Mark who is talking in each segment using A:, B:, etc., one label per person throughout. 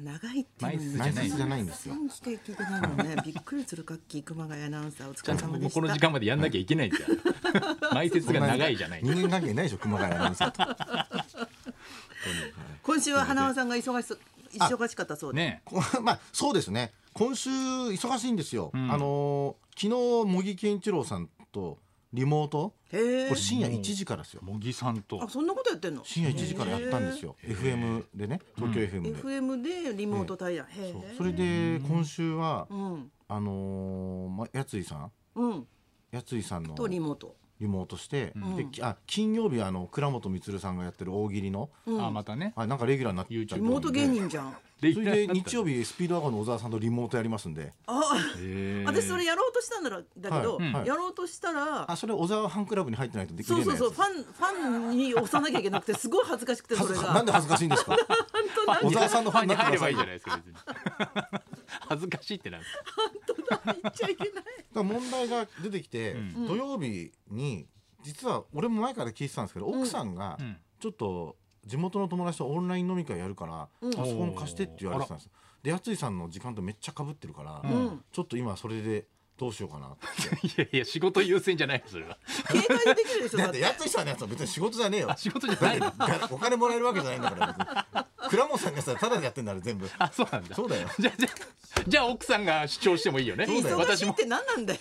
A: 長いって
B: 枚
A: いう
B: 数
A: の
B: じゃない
A: そ
C: 枚数じゃないんですよ
A: そして聞いてないのね。 びっくりする活気熊谷アナウンサーお疲
B: ちゃ
A: れ
B: んと
A: 様で
B: こ
A: し
B: この
A: た
B: 時。間までやんなきゃいけないんだよ 埋設が長いじゃない
C: 人間関係ないでしょ熊谷アナウンサーと
A: 今週は花輪さんが忙しそう忙しかったそうで。
B: ね
C: こまあそうですね今週忙しいんですよ、
B: ん
C: あのー昨日茂木健一郎さんとリモート
A: へえ
C: これ。深夜1時からですよ
B: 茂木さんと
A: あそんなことやってんの。
C: 深夜1時からやったんですよ FM でね東京 FM で、
A: FM でリモート対談。へ
C: そう
A: え。
C: それで今週は、
A: うん
C: あのーま、やついさん
A: うん
C: やついさんの
A: とリモート。
C: リモートして、
A: ん
C: できあ金曜日はあの倉本光さんがやってる大喜利の、
A: うん
B: あまたね
C: あなんかレギュラーになっちゃって
A: リ
C: る
A: モート芸人じゃん。
B: で
C: それで日曜日スピードワゴンの小沢さんとリモートやりますんで
A: あ、
B: へー
A: 私それやろうとしたんだらだけど
C: はいはい
A: やろうとしたら
C: あ。それ小沢ファンクラブに入ってないとでき
A: そ
C: な
A: う
C: いや
A: そう
C: つ
A: そうファンファンに押さなきゃいけなくてすごい恥ずかしくてそ
C: 恥
A: れ
C: ず
A: が
C: かなんで恥ずかしいんですか
A: 本当
C: 小
A: に
C: 沢さんの
B: ファ
C: ファン
B: ン
C: に
B: に
C: なって
B: 入れ
C: くださ
B: ばい
C: い
B: いじゃない
C: だ
B: ですか別に 恥ずかしいってなんですか
A: 言っちゃいけない。
C: から問題が出てきて、
B: う
C: 土曜日に実は俺も前から聞いてたんですけど奥さんが
B: うん
C: ちょっと地元の友達とオンライン飲み会やるから、
A: うん
C: パソコン貸してって言われてたんですでやついさんの時間とめっちゃかぶってるから、
A: ん
C: ちょっと今それでどうしようかなって
B: いやいや仕事優先じゃないのそれは
A: 警戒できるでしょ
C: だ
A: だ
C: っ
A: ってて
C: やついさんのやつは別に仕事じゃねえよ
B: あ仕事じゃ
C: だ
B: な
C: っ
B: い
C: て
B: の
C: がお金もらえるわけじゃないんだから別に倉本さんがさただでやってんだら全部
B: あそうなんだ
C: そうだよ
B: じゃあじゃあじゃあ奥さんが主張してもいいよね
C: そうだよ
A: 忙し
B: 私
A: いっ
B: も
A: て何なんだ よ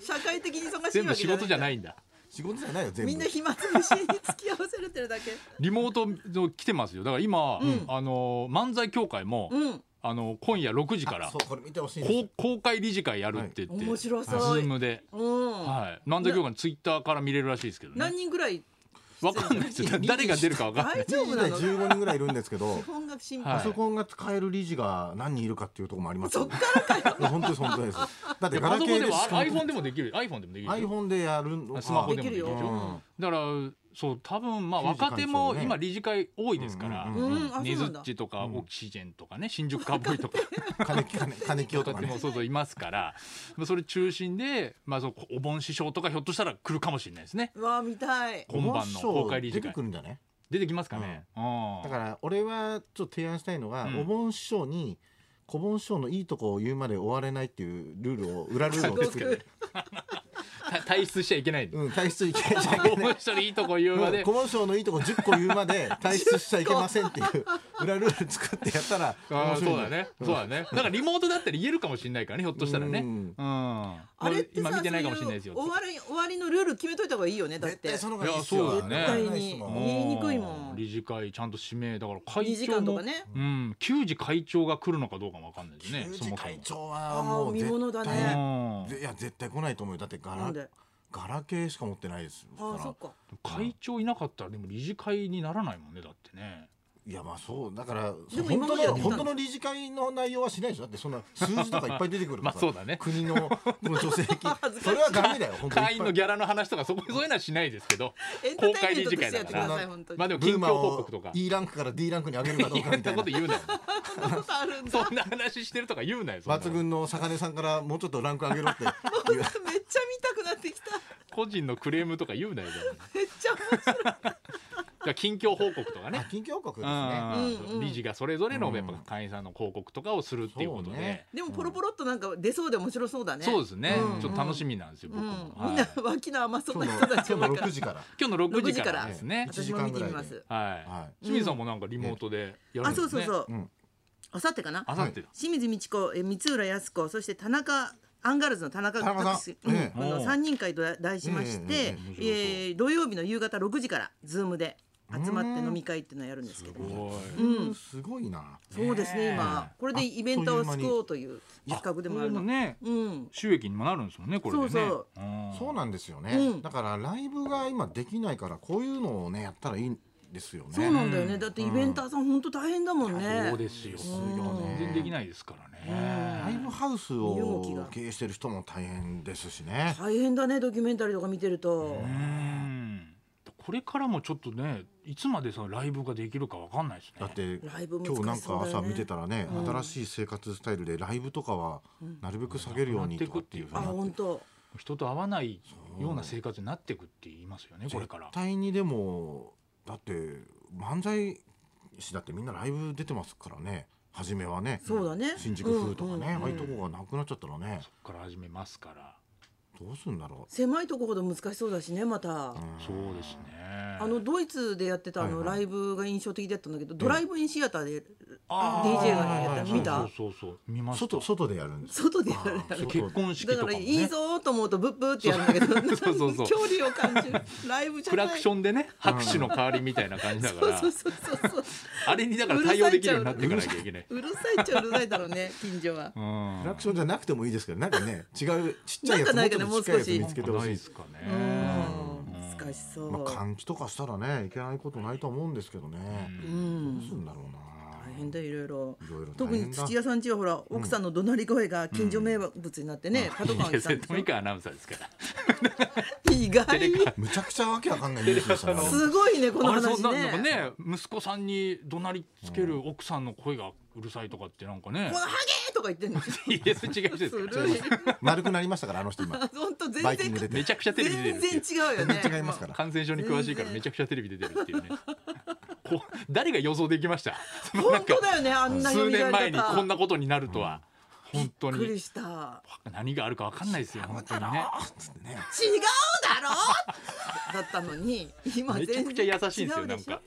A: 社会的に忙しいわけじゃ
B: 全
A: な
B: 部
A: い
B: 仕事じゃないんだ
C: 仕事じゃないよ全部
A: みんな暇つぶしに付き合わせれてるだけ
B: リモートの来てますよだから今、あの漫才協会も、
A: うん
B: あの今夜6時から
C: そうこれ見てほしいんです
B: 公公開理事会やるって言って、
A: はい面白そう
B: ズームで、
A: うん、
B: はい、漫才協会のツイッターから見れるらしいですけどね
A: 何人ぐらい
B: わかんないですよ誰が出るかわかんない
A: 大丈夫
C: 20
A: な
C: 代
A: の
C: 15人ぐらいいるんですけど
A: 日本が心
B: は
A: 配、
B: い
C: パソコンが使える理事が何人いるかっていうところもあります
A: そっ
C: か
A: からから
C: 本当に本当ですだっ
B: い
C: て
B: や
C: ガ
B: パ
C: ラ
B: ソ
C: ケ
B: コンで
C: ーで
B: も
C: しか
B: iPhone でもできる iPhone でもできる
C: iPhone でやるのか
B: スマホ
A: で
B: でも
A: き
B: でき
A: る
B: る
A: よ
B: でしょだからそう多分まあ
C: 90時間
B: 若手も
C: そうね
B: 今理事会多いですから
C: うん
A: うんうんあ
B: ね
A: そう
B: ず
A: なんだ
B: っちとかオキシジェンとかね新宿カーボーイとか
C: 金木金金木と
B: 若
C: か
B: 手
C: ね
B: もそうそういますからまあそれ中心でまあそうお盆師匠とかひょっとしたら来るかもしれないですね
A: うわあ見たい
B: 今晩の公開理事
C: 出て
B: 会
C: くるんじゃない
B: 出てきますかねうん
C: だから俺はちょっと提案したいのが、
B: うん
C: お盆師匠に小盆師匠のいいとこを言うまで終われないっていうルールを裏ルールを作る、
B: た退出しちゃいけ ないんで
C: うん、退出いけないじゃ
B: お盆師匠にいいとこ言うま
C: う ん
B: で
C: 小盆師匠のいいとこ10個言うまで退出しちゃいけませんっていう裏ルール作ってやったら
B: あ
C: 面
B: ー
C: 白
B: そ
C: い
B: うだねそうだねだからリモートだったら言えるかもしれないからねひょっとしたらね
C: う
B: うんん
A: あれってさ
B: 今見てないかもしれないですよ
A: そうう終わり終わりのルール決めといた方がいいよねだっ
C: 絶
A: て
C: 対その方がいいっす
B: いや
C: よ
B: そうだね
A: 絶対
C: ないっ
A: に
C: すもん
A: 見えにくいも
B: うん理事会ちゃんと指名だから
A: 2
B: 会
A: 時
B: 長
A: 間と
B: も
A: かね
B: うん、給仕会長が来るのかどうかもわかんないですね。
C: 旧
B: そも
C: 字
B: そも
C: 会長はも
A: あー
C: う
A: 見
C: 絶
A: 物だ
C: 対
A: ね
B: うん
C: いや絶対来ないと思うよだってガ
A: なん
C: ラ
A: で
C: ガラケーしか持ってないです
A: ああそ
C: ら
A: っか
B: 会長いなかったらでも理事会にならないもんねだってね。
C: いやまあそうだから
A: でも
C: 本
A: 今までや
C: 当
A: っ
C: の
A: てたの
C: 本当の理事会の内容はしないでしょだってそんな数字とかいっぱい出てくるか
B: ま
C: ら
B: あそうだね
C: 国のこの助成金
A: 恥ずかしい
C: それはダメだよ本当に
B: 会員のギャラの話とかそこそういうのはしないですけど
A: エンタ
B: 公
A: ーテイ
B: 開
A: ンメント
B: 理事
A: とし
B: 会
A: てやっ
B: だ
A: て
B: か
A: ください
B: ら
A: 本当に
B: まあでも
C: ブー
B: 近況
C: マー
B: 報
C: を
B: 告とか
C: E ランクから D ランクに上げるかどうかみ
B: そ
C: た
B: うい
C: いうな
B: こと言うなよ。
A: そんなことあるんだ
B: そんな話してるとか言うなよ。そんな
C: 抜群の坂根さんからもうちょっとランク上げろって言う
A: めっちゃ見たくなってきた
B: 個人のクレームとか言うなよ。そんなだか
A: めっちゃ面白い
B: ら近況報告とかね。
C: 近況国ですね
A: うん
B: うん理事がそれぞれの
C: うん
B: やっぱ会員さんの広告とかをするっていうこと
C: そう
B: で
C: ね。
A: でもポロポロっとなんか出そうで面白そうだね
B: そうですね
A: う。ん
B: ちょっと楽しみなんですよ。
A: う
B: 僕
A: ん
B: も。
A: み
B: はい
A: んな脇の甘そうな
C: 今日の
A: 人たち
C: 今
A: ば
C: 日
A: っ
C: の
A: か
C: 6
A: り
C: 時から
B: 今日の6
A: 6
B: 時
A: 時
B: か
A: からら
B: ですね。
C: 1
A: 私
C: 時
A: も
C: 間
A: 見
C: ぐ
A: て
C: らい
A: み
C: で
A: ます
B: は。
C: はい
B: 清水さんもなんかリモートでやるん
A: あ
B: ですね。
A: そうそうそう
C: うん
A: あさってかな
B: あさってだ。
A: 清水美智子えー三浦康子そして田中アンガールズの田中
C: 田中
A: 拓
C: さん
A: 司うん
C: え
B: え
A: この3人会と題しまして
C: え、
A: えー土曜日の夕方6時からズームで集まって
C: うん
A: 飲み会っていうのをやるんですけど
B: すごい
A: うん
C: すごいな
A: そうですね今
B: ね
A: これでイベントを救おうという企画でもある
B: こ
A: の
B: れね。
A: うん
B: 収益にもなるんですもんねこれでね。
A: そうそう
C: そうなんですよね、
A: うん
C: だからライブが今できないからこういうのをねやったらいいんですよね
A: そうなんだよねだってイベンターさん本当大変だもんね
B: そうですよ。
C: ですよね
B: 全然できないですから
C: ライ
B: ね。
C: ブハウス
A: 身動きが
C: を経営してる人も大変ですしね
A: 大変だねドキュメンタリーとか見てると
B: うんこれからもちょっとねいつまでさライブができるかわかんないですね。
C: だって
A: ライブ難
C: 今日なん
A: しそ
C: か
A: うだよ
C: 朝
A: ね
C: 見てたらね、新しい生活スタイルでライブとかはなるべく下げるようにとかっていうふう
A: あ
C: になって
A: 本当
B: 人と会わないような生活になっていくって言いますよねこれから
C: 絶。対にでもだって漫才市だってみんなライブ出てますからね初めはね
A: そうだね
C: 新宿風とかね、
A: うんうんうん
C: ああいうとこがなくなっちゃったらね
B: そこから始めますから、
C: どうすんだろ
A: 狭いとこほど難しそうだしねまた
C: う、ん
B: そうですね
A: あのドイツでやってたあの
C: はいはい
A: ライブが印象的だったんだけど、ドライブインシアターで
B: あー
A: DJ がやった
C: の見た
B: そうそうそうそう見ました
C: 外外でやるんです
A: 外でやる
C: あー
B: 結婚式
A: だ
B: と
A: か
B: からも
A: いい
B: ね
A: ぞと思うとブッブーってやるんだけど
B: そうそうそう
A: 距離を感じるライブじゃ
B: ク
A: ない
B: ラクションでね拍手の代わりみたいな感じだか
A: そう
B: ら
A: そうそうそう
B: あれにだから対応できるようになっていかなきゃいけない。
A: うるさいっちゃうるさいだろう ね近所は
B: う。
C: ク
B: ん
C: ラクションじゃなくてもいいですけどなんかね違うちっちゃいやつも
A: な
C: っ
A: んかないかね
C: とちっちゃいやつ
A: もう少し
C: 見つけてほしい
B: で
C: ですす、
B: かね
A: う。ん難しそう。
C: まあ、換気とかしたらねいけないことないと思うんですけどね、
A: う
C: どうんすんだろうな
A: 大変だよいろいろ。
C: いろいろ大
A: 特に
C: 変だ
A: 土屋さんちはほら奥さんの怒鳴り声が近所名物になってね、パトカー
B: いや
A: が来たん
B: 瀬
A: で
B: 戸美香アナウンサーですから。
A: すよ意外に
C: むちゃくちゃわけわかんないニュースでしたね
A: すごいねこの
B: あれそう
A: 話
B: な
A: ね
B: なんかね息子さんに怒鳴りつける奥さんの声がうるさいとかってなんかね
A: この。ハゲとか言ってん の
B: いやそれ違う人ですす から。
A: るい
C: 丸くなりましたからあの人今
A: 本当全
C: バイキング出
A: 然
C: て
B: めちゃくちゃテレビ出て
A: 全
B: る
A: 然違
B: し。
A: うよね
C: 全然違いますから
B: 感染症に詳しいからめちゃくちゃテレビ出てるっていうね。 こう誰が予想できま した。そのな
A: 本
B: んか
A: 当だよねあんな
B: 数
A: 読みら
B: 年前
A: れ
B: にこん
A: 方
B: なことになるとは本当
A: びっく
B: に
A: りした
B: 何があるかわかんないですよ本当にね。
C: あっつってね
A: 違うだろうだったのに今
B: めちゃ
A: 全
B: くちゃ
A: 然
B: 優しいんですよなんか。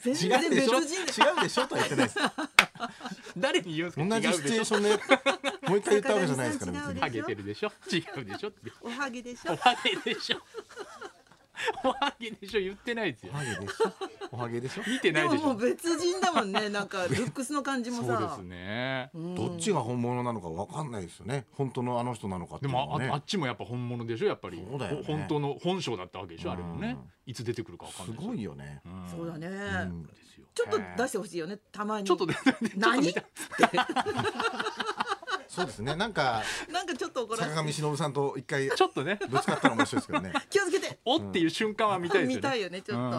A: 全
C: 違う
A: 然
C: で
A: 別
C: しょ違
A: 人で
C: うでしょとは言ってないです
B: 誰に言うんですか
C: 同じ
B: 違
C: シ
B: う
C: チ
B: で
C: ュ
B: し
C: エ
B: ょ
C: ーションでもう一回言ったわけじゃないですから別
A: 違う
C: に
A: で
B: ハゲてるでしょ違うでしょって
A: おはぎでし
B: お
A: ょ
B: はげ でしょおはげでしょ言ってないですよ
C: おはげでしょおはげでしょ
B: 見て
A: で
B: ない
A: も
B: でし
A: もう
B: ょ
A: 別人だもんねなんかルックスの感じも
B: そうで
A: さ
B: すね
A: うん
C: どっちが本物なのかわかんないですよね本当のあの人なのかって
B: で
C: いうの
B: も
C: はね
B: ああっちもやっぱ本物でしょやっぱり
C: そうだよね
B: ほ本当の本性だったわけでしょあれも
C: う
B: ね
C: ん
B: いつ出てくるかわかん
C: す
B: ないですよ
C: ごいよね
B: うん
A: そうだね
C: うん
B: ですよ
A: ちょっと出してほしいよねたまに
B: ちょっとね
A: 何 っつって
C: そうですねな んか
A: なんかちょっと怒ら
C: 坂
A: せ
C: 上
A: て
C: 忍さんと一回
B: ちょっとね
C: ぶつかったら面白いですけ どね
A: 気をつけて
B: おっていう瞬間は見たいです
A: 見
B: よ
A: たい
B: ね
A: よねちょっと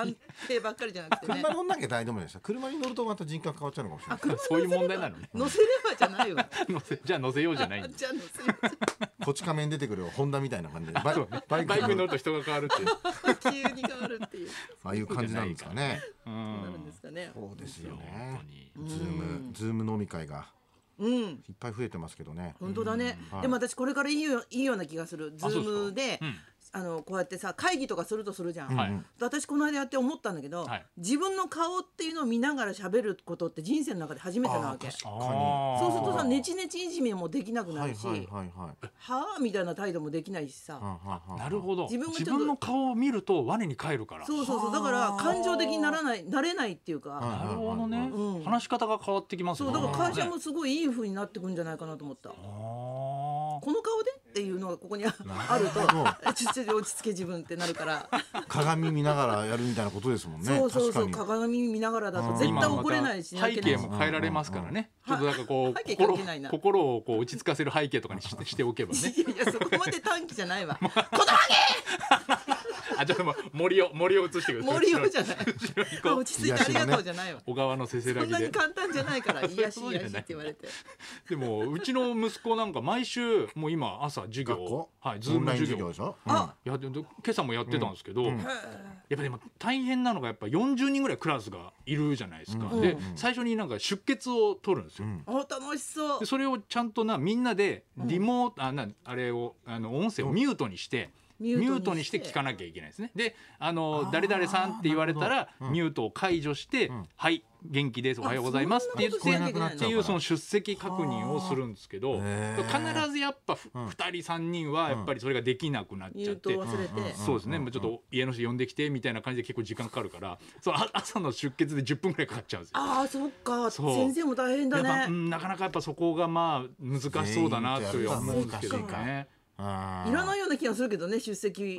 A: 安定ばっかりじゃなくてね
C: 車に乗んなきゃ大丈夫でした車に乗るとまた人格変わっちゃうのかもしれな
A: あ
C: い
A: 車
B: そういう問題なのね
A: 乗せればじゃない わ
B: 乗せじゃあ乗せようじゃない んで
A: じゃあ乗せれば
C: こち亀に出てくるホンダみたいな感じ でバイバ
B: バ
C: イ
B: イク
C: ク
B: に乗
C: の
B: ると人が変わるっていう
A: 急に変わるっていう
C: ああいう感じなんですかね
B: う
A: どうなんるんですかね
C: そうですよ
B: 本
C: ね
B: 当に
A: ん
C: ズームズーム飲み会が
A: うん
C: いっぱい増えてますけどね
A: 本当だね、
C: うん
A: でも私これからいいよいいような気がするズ
B: あそうですか
A: ームで
B: うん
A: あのこうやってさ会議とかするとするじゃん、
B: はい
C: うん
A: 私この間やって思ったんだけど、
B: はい
A: 自分の顔っていうのを見ながら喋ることって人生の中で初めてなわけ
C: あ
A: そ
C: ー確
B: あー
A: うするとさネチネチいじめもできなくな
C: はい
A: るし、
C: は
A: はい
C: はいはい
A: あみたいな態度もできないしさ、
C: はあはあはあ
B: なるほど
A: 自
B: 自
A: 分が
B: 分
A: ちょっと
B: の顔を見ると我に返るから
A: そうそうそうだから感情的にならないなれないっていうか、
C: はい
B: なるほどね、
A: うん
B: 話し方が変わってきます
A: そ
B: ね
A: うだから会社
B: ね
A: もすごいいい風になってくんじゃないかなと思った。
B: あー
A: この顔でっていうのがここにあある
C: なるほど
A: と、ちょっと落ち着け自分ってなるから。
C: 鏡見ながらやるみたいなことですもんね
A: そうそうそう
C: 確かに
A: 鏡見ながらだ
C: う
A: と
C: ん
A: 絶
B: 今
A: 対
B: また
A: 怒れないし
B: 背景
A: 泣け
B: も変えられますからね、
A: うんうん
B: ちょっとなんかこう
A: 背景
B: 心
A: 関係ないな
B: 心をこう落ち着かせる背景とかにししておけば
A: ないし
B: ね
A: いやいやそこまで短期じゃないわ
B: あちょっともう森を森を映してください
A: 森尾じゃない
B: 後ろにこ
A: あ
B: う
A: 落ち着いてありがとうじゃないわ
B: 小川のせせ
A: そ
B: ら
A: ん
B: ぎ
A: なに
B: で
A: 簡単じゃないから癒やし
B: そう
A: 癒
B: いう
A: や
B: こと
A: し
B: じゃ
A: って言わ
B: ない
A: れて
B: でもうちの息子なんか毎週もう今朝授
C: 学
B: 業
C: 校
B: はいズ
C: オ
B: ー
C: ン
B: ム
C: ライン
B: 授
C: 授
B: 業
C: 業でしょ
A: あ
B: やって今朝もやってたんですけど、
C: うんうん
A: へ
B: やっぱでも大変なのがやっぱ40人ぐらいクラスがいるじゃないですか、
A: うん
B: で、
A: うん
B: 最初になんか出血を取るんです
C: う
B: よ、
C: ん
A: お楽しそう
B: でそれをちゃんとなみんなでリモート、あなあれをあの音声をミュートにして、
A: ミ
B: ミュートにして聞かなきゃいけないですねであの
C: あー
B: 誰々さんって言われたら
C: なる、ほどうん
B: ミュートを解除して、
C: うん
B: はい元気ですおはようございますって言って
A: あそんなことしなきゃいけないの
B: っていうその出席確認をするんですけど
C: へー
B: 必ずやっぱふ
C: うん
B: 2人3人はやっぱりそれができなくなっ
A: ミ
B: ち
A: ュ
B: ゃっ
A: ート
B: て
A: を忘れて、
C: うんうんうん
B: そうですね、もうちょっと家の人呼んできてみたいな感じで結構時間かかるからそうあ朝の出血で10分ぐらいかかっちゃうんですよ。
A: ああそっか
B: そう
A: 先生も大変だ
B: やっぱう
A: ね
B: んなかなかやっぱそこがまあ難しそうだなという思うんですけど
A: 全員と
B: ね。
C: あー
A: いらないような気がするけどね出席
B: うんで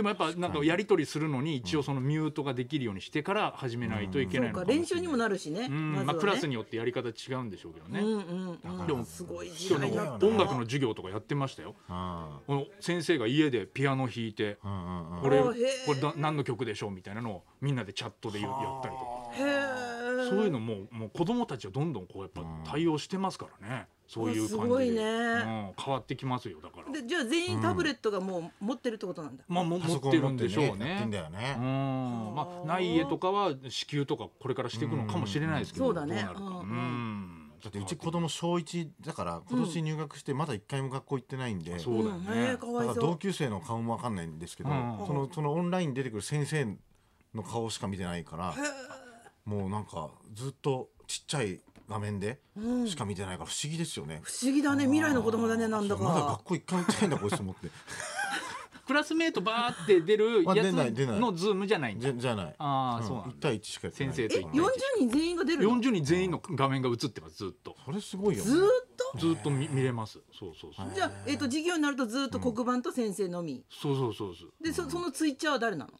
B: もやっぱなんかやり取りするのに一応そのミュートができるようにしてから始めないといけ
A: そ
B: な
A: う
B: い
A: か
B: のかもしれな
A: 練
B: い。
A: 習にもなるしね
B: うんま
A: ま
B: あ
A: ず
B: ク
A: は
B: ラ
A: ね
B: スによってやり方違うんでしょうけど
A: う
B: ね。
A: んうん
C: から
A: う
B: で
A: ん
B: も
A: すごい時
B: 今
A: 代
B: 日
A: だ
B: の
A: った
B: 音楽の授業とかやってましたよ。
C: あ
B: この先生が家でピアノ弾いて
C: ーうんうんうん
B: これ
A: あー
B: こ
A: へー
B: れだ何の曲でしょうみたいなのをみんなでチャットで言うやったりとか。
A: へえー
B: そういうのももう子供たちはどんどんこうやっぱ対応してますからね、そういう感じで
A: あすごいね
B: うん、変わってきますよだから
A: でじゃあ全員タブレットがもう持ってるってことなんだ、
B: まあも
C: パ
B: 持
C: ソ
B: っ
C: コ
B: て
C: ン
B: る
C: 持
B: ん
C: って
B: でしょう
C: ねやっ
B: ね
C: てんだよ
B: うん
C: ね。
B: まあない家とかは支給とかこれからしていくのかもしれないですけど、
A: うんそうだね
B: どうなるか
A: うん
B: ん
C: だってうち子供小一だから今年入学してまだ一回も学校行ってないんで、
B: そうだよ
A: んえ
B: ね
A: ー、か
C: だ
A: わ
C: から
A: い
C: 同
A: そ
C: 級生の顔もわかんないんですけど、
B: うん
C: そのそのオンラインに出てくる先生の顔しか見てないから、もうなんかずっとちっちゃい画面で
A: う、うん、
C: し
A: 不
C: か見てないから不思議ですよね。
A: 思議だね未来の子供だねなんだか
C: まだ学校一回も行ってないんだこいつと思って。
B: クラスメートバーって出るや
C: あ
B: つ
C: 出ない出ない
B: のズームじゃないんだ
C: じゃじゃない。
B: ああそうなんだ
C: 一対一しかやってない。
B: 先生
A: え
B: と
A: 40
B: 一対
A: 人全員が出るの
B: 40人全員の画面が映ってますずっと
C: それすごいよ、ね。
A: ずーっと
B: ずっと見見れますそうそうそう、
A: じゃあ、えー、と授業になるとずーっと黒板と先生のみ、
B: そうそうそうそう
A: でそそのツイッチャーは誰なの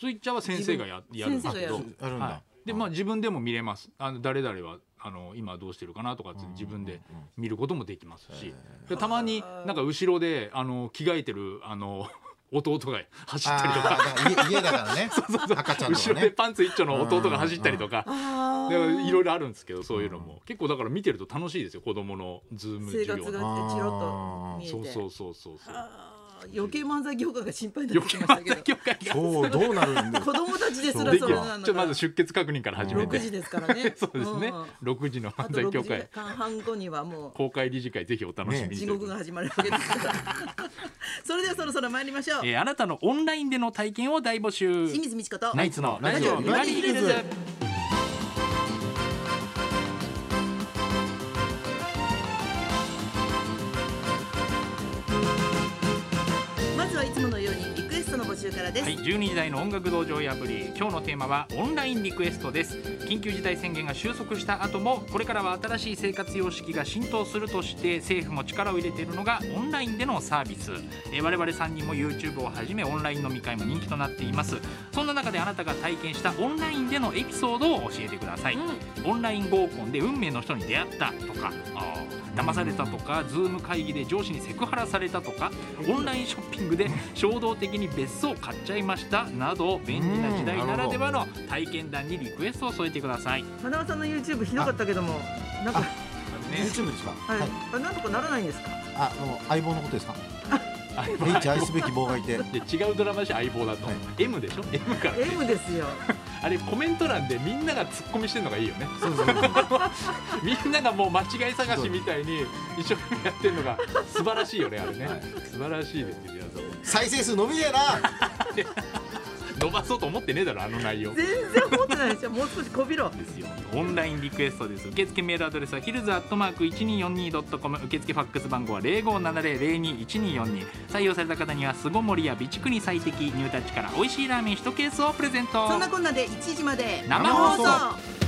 B: スイッチャーは先生がや
A: 自
B: やる
A: 分
B: んですけど
A: 先
C: 生がやるあるんだ
B: い、でまあ自分でも見れますあの誰々はあの今どうしてるかなとかって自分で見ることもできますし、でたまになんか後ろであの着替えてるあの 弟が走ったりとか
C: あーだから家家だか らね赤ちゃんと
B: 後
C: か
B: ろで
C: ね
B: パンツ一丁の弟が走ったりとか。
A: あ
B: だからいろいろあるんですけどそういうのも、結構だから見てると楽しいですよ子供のズーム
A: 生
B: 授
A: 活が
B: 業
A: チ
B: の
A: ロッと見えて
B: そうそうそうそうそう
A: あー余計漫才業界が心配になっ
B: 余
A: てき
B: 計
A: ましたけ
B: な
A: ど
B: 業界が
C: そうどうなるんだ よ
A: 子供たちですら
B: で
A: そ
B: き
A: れ
B: る
A: なの
B: ちょまず
A: か
B: 出血確認から始め
A: 6
B: て、
A: 時ですからね
B: そうですね
A: ん
B: 6時の
A: あ
B: 犯
A: と
B: 罪
A: 6
B: 協
A: 時
B: 会
A: 間半後にはも
B: 公開理事会ぜひお楽しみ
A: う
B: に
A: 地獄が始まるわけですから それではそろそろ参りましょう
B: えーあなたのオンラインでの体験を大募集
A: 清水美智子と
B: ナイツのラジオビバリーヒルズ
A: まずはいつものようにリクエストの募集からです、
B: はい、12時台の音楽道場破り今日のテーマはオンラインリクエストです緊急事態宣言が収束した後もこれからは新しい生活様式が浸透するとして政府も力を入れているのがオンラインでのサービスえー我々3人も YouTube をはじめオンライン飲み会も人気となっていますそんな中であなたが体験したオンラインでのエピソードを教えてください、オンライン合コンで運命の人に出会ったとかあー騙されたとか Zoom 会議で上司にセクハラされたとかオンラインショッピングで衝動的に別荘を買っちゃいましたなど便利な時代ならではの体験談にリクエストを添えてください、ね、
A: 花輪さんの YouTube ひどかったけどもなんか
B: ち
C: YouTube ですか、
A: あ
C: は
A: れ、
C: い
A: あなんとかならないんですか
C: あの相棒のことです
B: ょ
C: かリッチ愛すべき棒がいて
B: で違うドラマでしょ相棒だと、
C: はい
B: M でしょ M から
A: M ですよ
B: あれコメント欄でみんながツッコミしてるのがいいよね
C: そうそうそう
B: みんながもう間違い探しみたいに一生懸命やってるのが素晴らしいよねあれね、
C: はい
B: 素晴らしいですよ皆さん
C: 再生数伸びねえな
B: 伸ばそうと思ってねえだろあの内 容で
A: 全然思ってないでしょもう少しこ びろ
B: すよオンラインリクエストです受付メールアドレスはヒルズアットマーク 1242.com 受付ファックス番号は0570021242採用された方には巣ごもりや備蓄に最適ニュータッチから美味しいラーメン1ケースをプレゼント
A: そんなこんなで1時まで
B: 生
C: 放送
A: 生放送